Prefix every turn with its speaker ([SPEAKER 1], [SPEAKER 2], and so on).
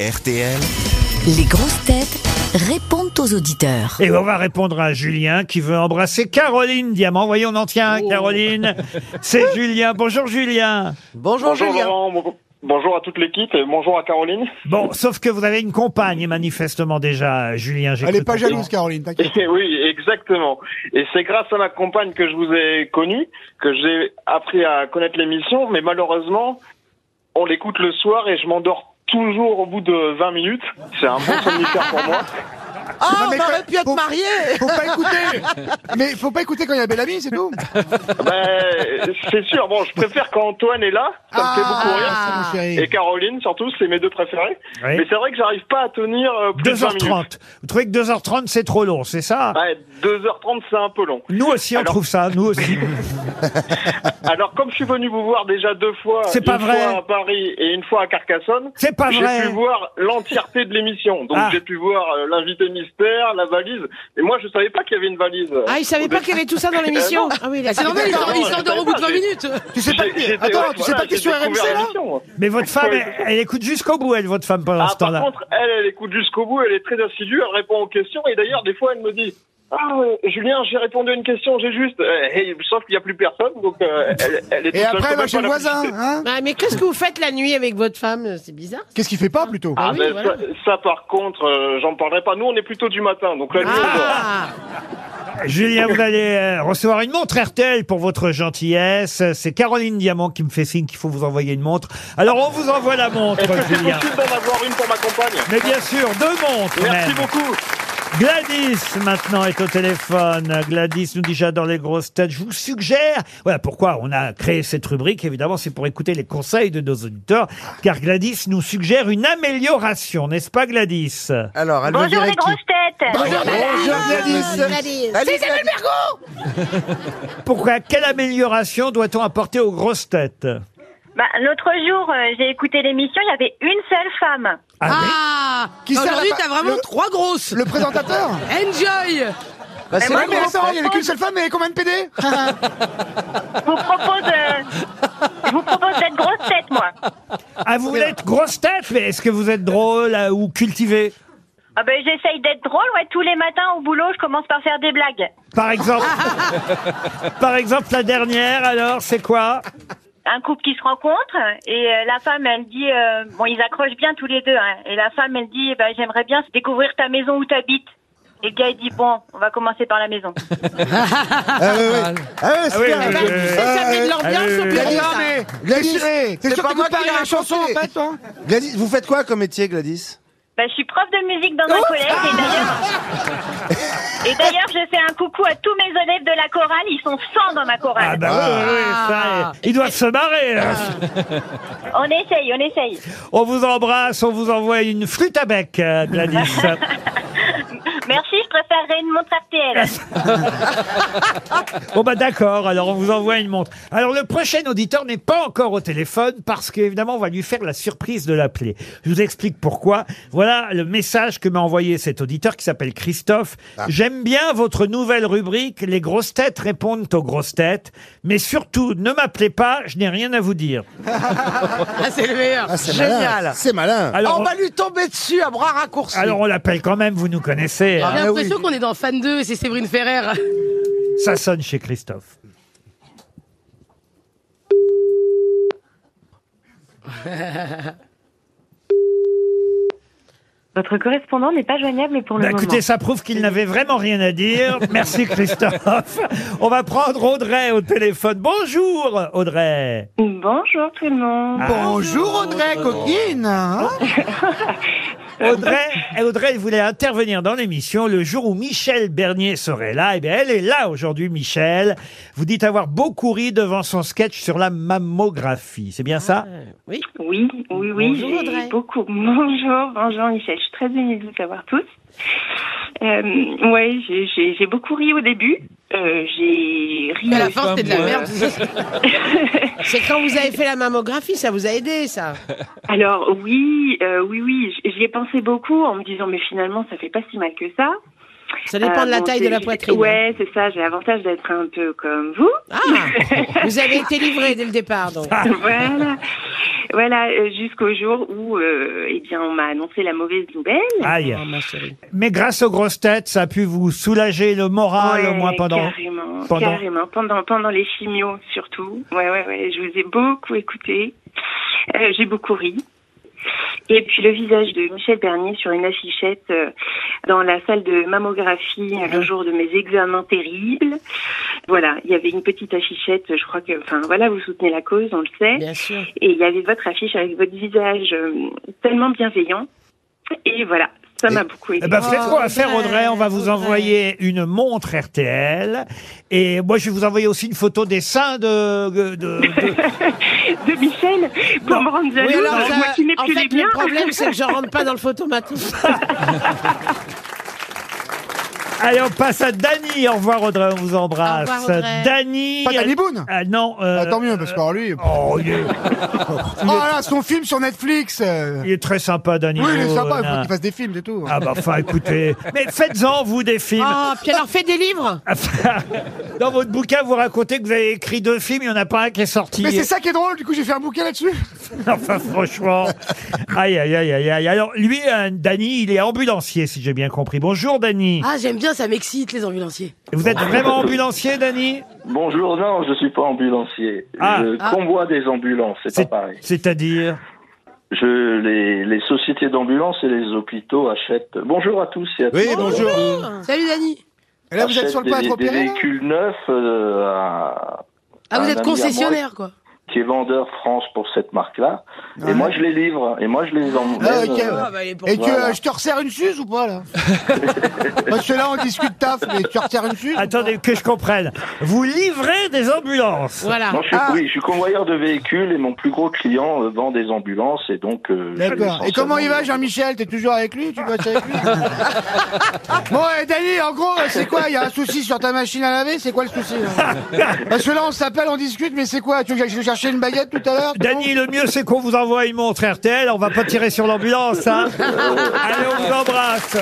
[SPEAKER 1] RTL.
[SPEAKER 2] Les grosses têtes répondent aux auditeurs.
[SPEAKER 3] Et on va répondre à Julien qui veut embrasser Caroline Diamant. Voyez, on en tient, un, Caroline. C'est Julien. Bonjour, Julien.
[SPEAKER 4] Bonjour, Julien.
[SPEAKER 5] Laurent, bon- bonjour à toute l'équipe et bonjour à Caroline.
[SPEAKER 3] Bon, sauf que vous avez une compagne, manifestement, déjà, Julien. j'ai
[SPEAKER 6] Elle
[SPEAKER 3] cru
[SPEAKER 6] est pas
[SPEAKER 3] comprendre.
[SPEAKER 6] jalouse, Caroline, t'inquiète.
[SPEAKER 5] Et oui, exactement. Et c'est grâce à ma compagne que je vous ai connu, que j'ai appris à connaître l'émission, mais malheureusement, on l'écoute le soir et je m'endors toujours au bout de 20 minutes. C'est un bon somnifère pour moi.
[SPEAKER 4] Ah,
[SPEAKER 6] Non, mais
[SPEAKER 4] on aurait
[SPEAKER 6] quand-
[SPEAKER 4] pu être
[SPEAKER 6] faut-
[SPEAKER 4] mariés
[SPEAKER 6] Faut pas écouter Mais faut pas écouter quand il y a Bellamy, c'est tout
[SPEAKER 5] Ben, c'est sûr, bon, je préfère quand Antoine est là, ça me fait beaucoup rire.
[SPEAKER 4] Ah.
[SPEAKER 6] mon chéri.
[SPEAKER 5] Et Caroline, surtout, c'est mes deux préférés.
[SPEAKER 3] Oui.
[SPEAKER 5] Mais c'est vrai que j'arrive pas à tenir euh, plus de 20 minutes.
[SPEAKER 3] 2h30. Vous trouvez que 2h30, c'est trop long, c'est ça
[SPEAKER 5] Ouais, 2h30, c'est un peu long.
[SPEAKER 3] Nous aussi, on
[SPEAKER 5] Bah, Alors-
[SPEAKER 3] trouve ça, nous aussi.
[SPEAKER 6] Ah.
[SPEAKER 5] Alors, comme je suis venu vous voir déjà deux fois,
[SPEAKER 3] C'est pas
[SPEAKER 5] une
[SPEAKER 3] vrai.
[SPEAKER 5] fois à Paris et une fois à Carcassonne,
[SPEAKER 3] C'est pas
[SPEAKER 5] j'ai
[SPEAKER 3] vrai.
[SPEAKER 5] pu voir l'entièreté de l'émission. Donc,
[SPEAKER 3] Ah.
[SPEAKER 5] j'ai pu voir euh, l'invité mystère, la valise. Et moi, je savais pas qu'il y avait une valise.
[SPEAKER 4] Ah, il savait pas qu'il y avait tout ça dans l'émission Ah oui, il a-
[SPEAKER 7] Bah, C'est normal, il s'en- il s'endort au bout de 20 minutes.
[SPEAKER 6] Tu sais pas,
[SPEAKER 5] J'ai-
[SPEAKER 6] attends,
[SPEAKER 5] j'étais- ouais,
[SPEAKER 6] tu sais
[SPEAKER 5] voilà,
[SPEAKER 6] pas qui est sur
[SPEAKER 5] j'ai
[SPEAKER 6] RMC
[SPEAKER 5] découvert
[SPEAKER 6] là
[SPEAKER 5] l'émission.
[SPEAKER 3] Mais votre femme,
[SPEAKER 5] Ouais,
[SPEAKER 3] elle, elle écoute jusqu'au bout, elle, votre femme, pendant
[SPEAKER 5] Ah,
[SPEAKER 3] ce
[SPEAKER 5] par
[SPEAKER 3] temps-là.
[SPEAKER 5] contre, elle, elle écoute jusqu'au bout, elle est très assidue, elle répond aux questions. Et d'ailleurs, des fois, elle me dit Ah, euh, Julien, j'ai répondu à une question, j'ai juste. Euh, hey, sauf qu'il n'y a plus personne, donc euh, elle, elle est toute
[SPEAKER 6] Et
[SPEAKER 5] seule,
[SPEAKER 6] après, elle
[SPEAKER 5] je peux
[SPEAKER 6] va
[SPEAKER 5] même
[SPEAKER 6] chez
[SPEAKER 5] pas
[SPEAKER 6] le
[SPEAKER 5] la
[SPEAKER 6] voisin,
[SPEAKER 5] féliciter.
[SPEAKER 6] hein
[SPEAKER 7] Ouais, Bah, mais qu'est-ce que vous faites la nuit avec votre femme euh, C'est bizarre.
[SPEAKER 6] Qu'est-ce qu'il fait pas plutôt
[SPEAKER 5] Ah,
[SPEAKER 7] oui,
[SPEAKER 5] ben,
[SPEAKER 7] voilà.
[SPEAKER 5] ça, ça, par contre, euh, j'en parlerai pas. Nous, on est plutôt du matin, donc là, nous, on dort.
[SPEAKER 7] Ah
[SPEAKER 3] Julien, vous allez euh, recevoir une montre RTL pour votre gentillesse. C'est Caroline Diamant qui me fait signe qu'il faut vous envoyer une montre. Alors, on vous envoie la montre,
[SPEAKER 5] Est-ce que c'est
[SPEAKER 3] Julien.
[SPEAKER 5] possible d'en avoir une pour ma compagne
[SPEAKER 3] Mais bien sûr, deux montres
[SPEAKER 5] Merci
[SPEAKER 3] même.
[SPEAKER 5] beaucoup.
[SPEAKER 3] Gladys maintenant est au téléphone. Gladys nous dit j'adore les grosses têtes. Je vous suggère, voilà pourquoi on a créé cette rubrique. Évidemment, c'est pour écouter les conseils de nos auditeurs, car Gladys nous suggère une amélioration, n'est-ce pas Gladys
[SPEAKER 8] Alors, elle veut
[SPEAKER 9] Bonjour
[SPEAKER 8] virer
[SPEAKER 9] les
[SPEAKER 8] qui
[SPEAKER 9] grosses têtes
[SPEAKER 6] Bonjour Gladys
[SPEAKER 3] Pourquoi Quelle amélioration doit-on apporter aux grosses têtes
[SPEAKER 9] Bah, L'autre jour, euh, j'ai écouté l'émission, il y avait une seule femme.
[SPEAKER 3] Ah, mais-
[SPEAKER 7] Ah
[SPEAKER 6] Qui sert
[SPEAKER 7] Aujourd'hui,
[SPEAKER 6] la-
[SPEAKER 7] t'as vraiment
[SPEAKER 6] le-
[SPEAKER 7] trois grosses
[SPEAKER 6] Le présentateur
[SPEAKER 7] Enjoy
[SPEAKER 8] Bah, c'est
[SPEAKER 6] C'est vrai,
[SPEAKER 8] la
[SPEAKER 6] mais
[SPEAKER 8] grosse.
[SPEAKER 6] attends, il y avait qu'une seule femme, mais elle est combien de PD
[SPEAKER 9] Je vous propose, euh, je vous propose d'être grosse tête, moi.
[SPEAKER 3] ah, vous voulez être grosse tête, mais est-ce que vous êtes drôle euh, ou cultivé
[SPEAKER 9] Ah ben, J'essaye d'être drôle, ouais, tous les matins au boulot, je commence par faire des blagues.
[SPEAKER 3] Par exemple, par exemple la dernière. Alors, c'est quoi
[SPEAKER 9] Un couple qui se rencontre, et euh, la femme, elle dit, euh, bon, ils accrochent bien tous les deux, hein, et la femme, elle dit, eh ben, j'aimerais bien découvrir ta maison où t'habites. Et le gars, il dit, bon, on va commencer par la maison.
[SPEAKER 8] Ah, ouais, ouais. Ah, ouais,
[SPEAKER 3] Ah oui,
[SPEAKER 8] super.
[SPEAKER 3] oui,
[SPEAKER 7] Bah,
[SPEAKER 3] oui,
[SPEAKER 7] tu
[SPEAKER 3] oui.
[SPEAKER 7] sais, ça met de l'ambiance
[SPEAKER 3] Allez,
[SPEAKER 7] au
[SPEAKER 3] allez,
[SPEAKER 7] plateau.
[SPEAKER 6] Gladys,
[SPEAKER 7] ça.
[SPEAKER 6] mais Gladys, eh, t'es
[SPEAKER 8] c'est
[SPEAKER 6] sûr
[SPEAKER 8] pas
[SPEAKER 6] que
[SPEAKER 8] moi
[SPEAKER 6] tu parles
[SPEAKER 8] qui l'ai
[SPEAKER 6] la chanson en
[SPEAKER 8] raconté.
[SPEAKER 6] fait, toi
[SPEAKER 8] Gladys, vous faites quoi comme métier, Gladys
[SPEAKER 9] Ben, je suis prof de musique dans un
[SPEAKER 3] Oh
[SPEAKER 9] collège, et d'ailleurs... Et d'ailleurs, je fais un coucou à tous mes élèves de la chorale, ils sont 100 dans ma chorale.
[SPEAKER 3] Ah bah oui, oui, ça, ils doivent se marrer.
[SPEAKER 5] Ah.
[SPEAKER 3] hein. Ah bah.
[SPEAKER 9] On essaye, on essaye.
[SPEAKER 3] On vous embrasse, on vous envoie une flûte à bec, euh, Gladys.
[SPEAKER 9] Merci, je préférerais une montre RTL.
[SPEAKER 3] bon bah d'accord, alors on vous envoie une montre. Alors le prochain auditeur n'est pas encore au téléphone parce qu'évidemment on va lui faire la surprise de l'appeler. Je vous explique pourquoi. Voilà le message que m'a envoyé cet auditeur qui s'appelle Christophe.
[SPEAKER 4] Ah.
[SPEAKER 3] J'aime bien votre nouvelle rubrique, les grosses têtes répondent aux grosses têtes, mais surtout ne m'appelez pas, je n'ai rien à vous dire.
[SPEAKER 7] Ah, c'est le meilleur.
[SPEAKER 8] Ah, c'est
[SPEAKER 4] Génial.
[SPEAKER 8] malin. C'est malin.
[SPEAKER 3] Alors,
[SPEAKER 4] On va lui tomber dessus à bras raccourcis. Ah.
[SPEAKER 3] alors on l'appelle quand même, vous nous connaissez.
[SPEAKER 6] Ah,
[SPEAKER 3] hein.
[SPEAKER 7] J'ai
[SPEAKER 8] mais
[SPEAKER 7] l'impression
[SPEAKER 8] oui.
[SPEAKER 7] qu'on est dans Fan 2 et c'est Séverine Ferrer.
[SPEAKER 3] Ça sonne chez Christophe.
[SPEAKER 9] Votre correspondant n'est pas joignable pour
[SPEAKER 3] Bah, écoutez, ça prouve qu'il n'avait vraiment rien à dire. Merci Christophe. On va prendre Audrey au téléphone. Bonjour Audrey.
[SPEAKER 9] Bonjour tout le monde.
[SPEAKER 6] Ah. Bonjour Audrey, coquine hein
[SPEAKER 3] Audrey, et Audrey elle voulait intervenir dans l'émission le jour où Michel Bernier serait là. Et bien, elle est là aujourd'hui, Michel. Vous dites avoir beaucoup ri devant son sketch sur la mammographie. C'est bien ça
[SPEAKER 7] Oui.
[SPEAKER 9] Oui, oui, oui.
[SPEAKER 7] Bonjour,
[SPEAKER 9] j'ai
[SPEAKER 7] Audrey.
[SPEAKER 9] Beaucoup. Bonjour, bonjour Michel. Je suis très émue de vous avoir tous. Euh, ouais, j'ai- j'ai j'ai beaucoup ri au début. Euh, j'ai ri. euh,
[SPEAKER 7] Mais à la fin, c'était de la merde. c'est quand vous avez fait la mammographie, ça vous a aidé, ça.
[SPEAKER 9] Alors oui, euh, oui, oui, j- j'y ai pensé beaucoup en me disant mais finalement ça fait pas si mal que ça.
[SPEAKER 7] Ça dépend de la taille de la
[SPEAKER 9] j'ai-
[SPEAKER 7] poitrine, hein.
[SPEAKER 9] Ouais, c'est ça. J'ai l'avantage d'être un peu comme vous.
[SPEAKER 7] Ah, Vous avez été livré dès le départ, donc.
[SPEAKER 9] voilà. Voilà, euh, jusqu'au jour où, euh, eh bien, on m'a annoncé la mauvaise nouvelle.
[SPEAKER 3] Aïe.
[SPEAKER 7] Oh, ma chérie.
[SPEAKER 3] Mais grâce aux grosses têtes, ça a pu vous soulager Ah, le moral
[SPEAKER 9] Ouais,
[SPEAKER 3] au moins pendant.
[SPEAKER 9] Carrément,
[SPEAKER 3] pendant-
[SPEAKER 9] carrément. Pendant, pendant les chimios, surtout. Ouais, ouais, ouais. Je vous ai beaucoup écouté. Euh, J'ai beaucoup ri. Et puis le visage de Michel Bernier sur une affichette euh, dans la salle de mammographie euh, le jour de mes examens terribles. Voilà, il y avait une petite affichette, je crois que, enfin voilà, vous soutenez la cause, on le sait.
[SPEAKER 7] Bien sûr.
[SPEAKER 9] Et il y avait votre affiche avec votre visage euh, tellement bienveillant. Et voilà, ça m'a beaucoup aidé.
[SPEAKER 3] Eh ben, vous savez ce qu'on va
[SPEAKER 7] Audrey,
[SPEAKER 3] faire, Audrey On va vous
[SPEAKER 7] Oh, Audrey.
[SPEAKER 3] envoyer une montre RTL. Et moi, je vais vous envoyer aussi une photo des seins de. de- de-
[SPEAKER 9] de Michel pour
[SPEAKER 3] Non.
[SPEAKER 9] me rendre jaloux,
[SPEAKER 7] Oui, alors, ça-
[SPEAKER 9] moi qui n'ai
[SPEAKER 7] en
[SPEAKER 9] plus
[SPEAKER 7] fait,
[SPEAKER 9] les biens.
[SPEAKER 7] le problème, c'est que je rentre pas dans le photomaton.
[SPEAKER 3] Allez, on passe à Dany. Au revoir, Audrey. On vous embrasse.
[SPEAKER 7] Au revoir, Audrey.
[SPEAKER 3] Dany.
[SPEAKER 6] Pas Danny Boone
[SPEAKER 3] Ah, non. euh,
[SPEAKER 6] Ah, Tant mieux, parce que alors, lui.
[SPEAKER 3] Oh, il est,
[SPEAKER 6] Oh là, son film sur Netflix euh.
[SPEAKER 3] il est très sympa, Dany.
[SPEAKER 6] Oui, il est sympa, il
[SPEAKER 3] Boone.
[SPEAKER 6] faut qu'il fasse des films, c'est tout. hein.
[SPEAKER 3] Ah bah enfin, écoutez. Mais faites-en, vous, des films.
[SPEAKER 7] Ah, puis alors, fais des livres.
[SPEAKER 3] Ah. Dans votre bouquin, vous racontez que vous avez écrit deux films, il n'y en a pas un qui est sorti.
[SPEAKER 6] Mais c'est ça qui est drôle, du coup, j'ai fait un bouquin là-dessus.
[SPEAKER 3] Enfin, franchement. Aïe, aïe, aïe, aïe, aïe. Alors, lui, euh, Dany, il est ambulancier, si j'ai bien compris. Bonjour, Dany.
[SPEAKER 1] Ah, j'aime bien, ça m'excite, les ambulanciers.
[SPEAKER 3] Vous êtes vraiment ambulancier, Dany
[SPEAKER 5] Bonjour, non, je suis pas ambulancier.
[SPEAKER 3] Ah.
[SPEAKER 5] je convoie des ambulances, c'est pas
[SPEAKER 3] C'est-
[SPEAKER 5] pareil.
[SPEAKER 3] C'est-à-dire
[SPEAKER 5] Je, les, les sociétés d'ambulances et les hôpitaux achètent. Bonjour à tous et à
[SPEAKER 8] Oui,
[SPEAKER 5] toutes.
[SPEAKER 8] bonjour.
[SPEAKER 9] Ah.
[SPEAKER 1] Salut, Dani.
[SPEAKER 6] Et là, vous êtes
[SPEAKER 5] Achètent
[SPEAKER 6] sur le
[SPEAKER 5] des,
[SPEAKER 6] pas à être
[SPEAKER 5] des
[SPEAKER 6] opéré, là
[SPEAKER 5] véhicules neufs euh, à-
[SPEAKER 1] Ah,
[SPEAKER 5] à
[SPEAKER 1] vous
[SPEAKER 5] un
[SPEAKER 1] êtes
[SPEAKER 5] ami
[SPEAKER 9] bah,
[SPEAKER 5] à moi
[SPEAKER 1] concessionnaire, quoi.
[SPEAKER 5] qui est vendeur France pour cette marque-là. Et moi, je les livre. Et moi, je les emmène.
[SPEAKER 6] Ah, ok.
[SPEAKER 5] euh,
[SPEAKER 7] Ah, bah, elle est pour
[SPEAKER 6] Et que
[SPEAKER 5] Voilà.
[SPEAKER 6] euh, je te resserre une suze ou pas, là Parce que là, on discute taf, mais je te resserre une suze
[SPEAKER 3] Attendez, que je comprenne. Vous livrez des ambulances
[SPEAKER 7] Voilà.
[SPEAKER 5] Moi, je suis,
[SPEAKER 6] Ah.
[SPEAKER 5] oui, je suis convoyeur de véhicules et mon plus gros client euh, vend des ambulances et donc. euh, je les
[SPEAKER 6] D'accord. Et
[SPEAKER 5] sens
[SPEAKER 6] comment il
[SPEAKER 5] seulement-
[SPEAKER 6] va, Jean-Michel T'es toujours avec lui Tu bosses avec lui Bon, et Dani, en gros, euh, c'est quoi Il y a un souci sur ta machine à laver C'est quoi le souci là Parce que là, on s'appelle, on discute, mais c'est quoi Tu veux que j'aille chercher une baguette tout à l'heure
[SPEAKER 3] Dany, le mieux, c'est qu'on vous envoie une montre RTL. On va pas tirer sur l'ambulance, hein Allez, on vous embrasse.